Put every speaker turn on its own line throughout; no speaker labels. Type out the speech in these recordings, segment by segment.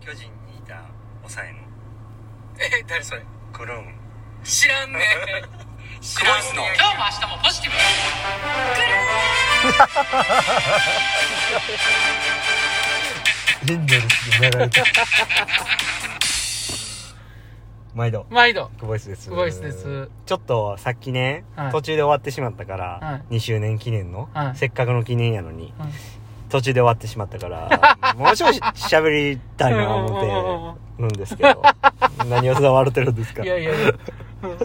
巨人にいた抑えの
え誰それ
クローン
知らんね知らん
すごいっす
ね
ね
今日も明日もポジティブ
エンゼルスにやられた 毎度
毎度
久保イスです
久保井です
ちょっとさっきね、
はい
途中で終わってしまったから、
はい
2周年記念の、
はい
せっかくの記念やのに、
はい
途中で終わってしまったから もう少し喋りたいな思
う
ってるんです けど何を笑ってるんですか
んいやいやいやうんい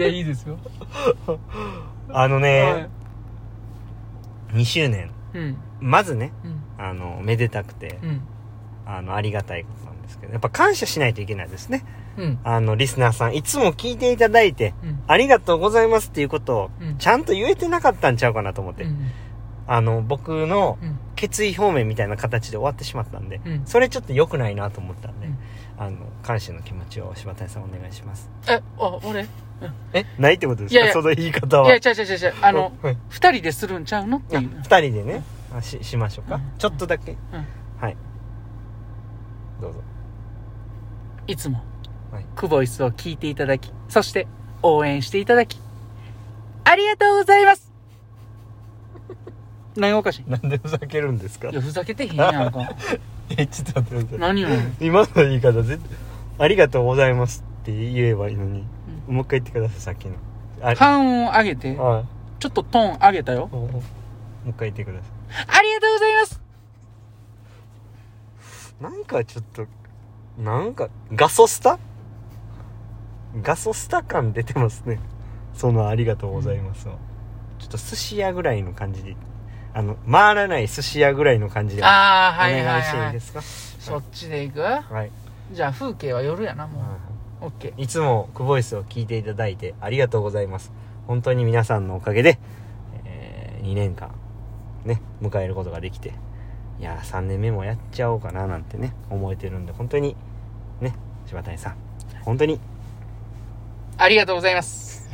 やい いですよ、
あの
は
ね、2周年
い、うん
まずね
うん
あのめでたくて、
うん
あのありがたいことなんですけどやっぱ感謝しないといけないですね
うん
あのリスナーさんいつも聞いていただいて
うん
ありがとうございますっていうことを
うん
ちゃんと言えてなかったんちゃうかなと思って、
うん
あの僕の
うん
決意表明みたいな形で終わってしまったんで、
うん
それちょっと良くないなと思ったんで、
うん
あの感謝の気持ちを柴谷さんお願いします
えあ俺い
えないってことですか
いやいや
その言い方は
や違う違う違う違うあの
はい
二人でするんちゃうのって
あ
いう
二人でねあししましょうか、
うん
ちょっとだけ、はいどうぞ
いつも
はい
久保イスを聞いていただきそして応援していただきありがとうございます 何がおかしい
なんでふざけるんですか
いやふざけてへんや んか
えちょっと待ってください
何を
今の言い方絶対ありがとうございますって言えばいいのに、もう一回言ってくださいさっきのあ
半音上げて
はい
ちょっとトーン上げたよ
もう一回言ってくださ
ありがとうございます
いなんかちょっとなんかガソスタガソスタ感出てますねその「ありがとうございますを」ちょっと寿司屋ぐらいの感じであの回らない寿司屋ぐらいの感じでお
ああはい
願
はい
いしていい
は
で
い
すか
そっちで行く
はい、
じゃあ風景は夜やなも
は
うオッケー
い、いつも「クボイス」を聞いていただいてありがとうございます本当に皆さんのおかげで、え2年間ね迎えることができていやー3年目もやっちゃおうかななんてね思えてるんで本当にね柴谷さん本当に
ありがとうございます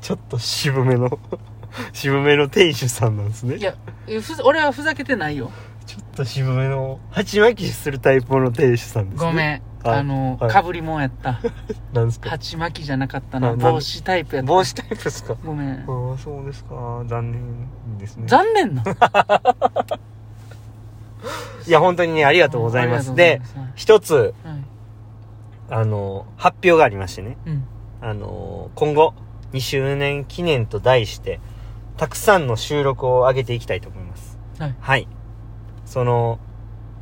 ちょっと渋めの 渋めの店主さんなんですね
いやえふざ俺はふざけてないよ
ちょっと渋めの鉢巻きするタイプの店主さんですね
ごめん
はい
あの
はい
かぶりもんやった
なんですか
鉢巻きじゃなかった
あ
な
なんで
帽子タイプやった
帽子タイプですか
ごめん
ああそうですか残念ですね
残念ない
や本当にねありがとうございます
あり
で
がとうございます
一つ
はい
あの発表がありましてね
うん
あの今後2周年記念と題してたくさんの収録を上げていきたいと思います
はい
はいその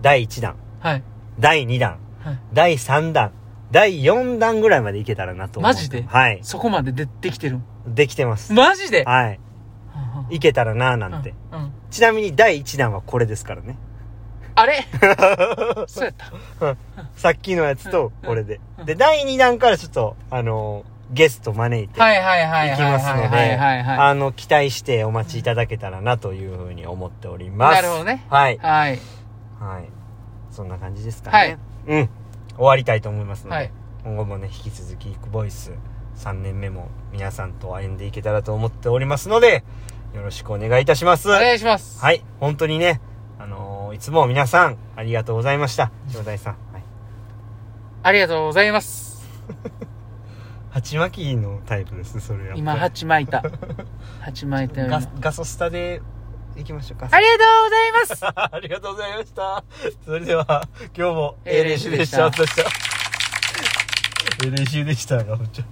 第1弾
はい
第2弾、
はい
第3弾第4弾ぐらいまでいけたらなと思う
マジで
はい
そこまででできてるん
できてます
マジで
はいいけたらな
う
なんて、
うんうん
ちなみに第1弾はこれですから ね
あれそうやった
さっきのやつとこれで
うん
で第2弾からちょっとあのゲスト招いて
はいはいはい
い
はい
きますの
はいはいはい
で、
は
あの、期待してお待ちいただけたらなというふうに思っており
い
ます。
なるほど。ね
はい。
はい
はい。そんな感じですかね。うん。終わりたいと思いますので、
はい
今後もね、引き続き、クボイス3年目も皆さんと歩んでいけたらと思っておりますので、よろしくお願いいたします。
お願いします
はい。本当にね、あのーいつも皆さん、ありがとうございました。塩谷さん。はい。
ありがとうございます
鉢巻きのタイプです、それは。
今鉢巻いた鉢巻いたよ今
ガスガソスタで行きましょうか。
ありがとうございます
ありがとうございました。それでは、今日も
A 練習でし
え
た
練習でした。え練習でしたが、めっちゃ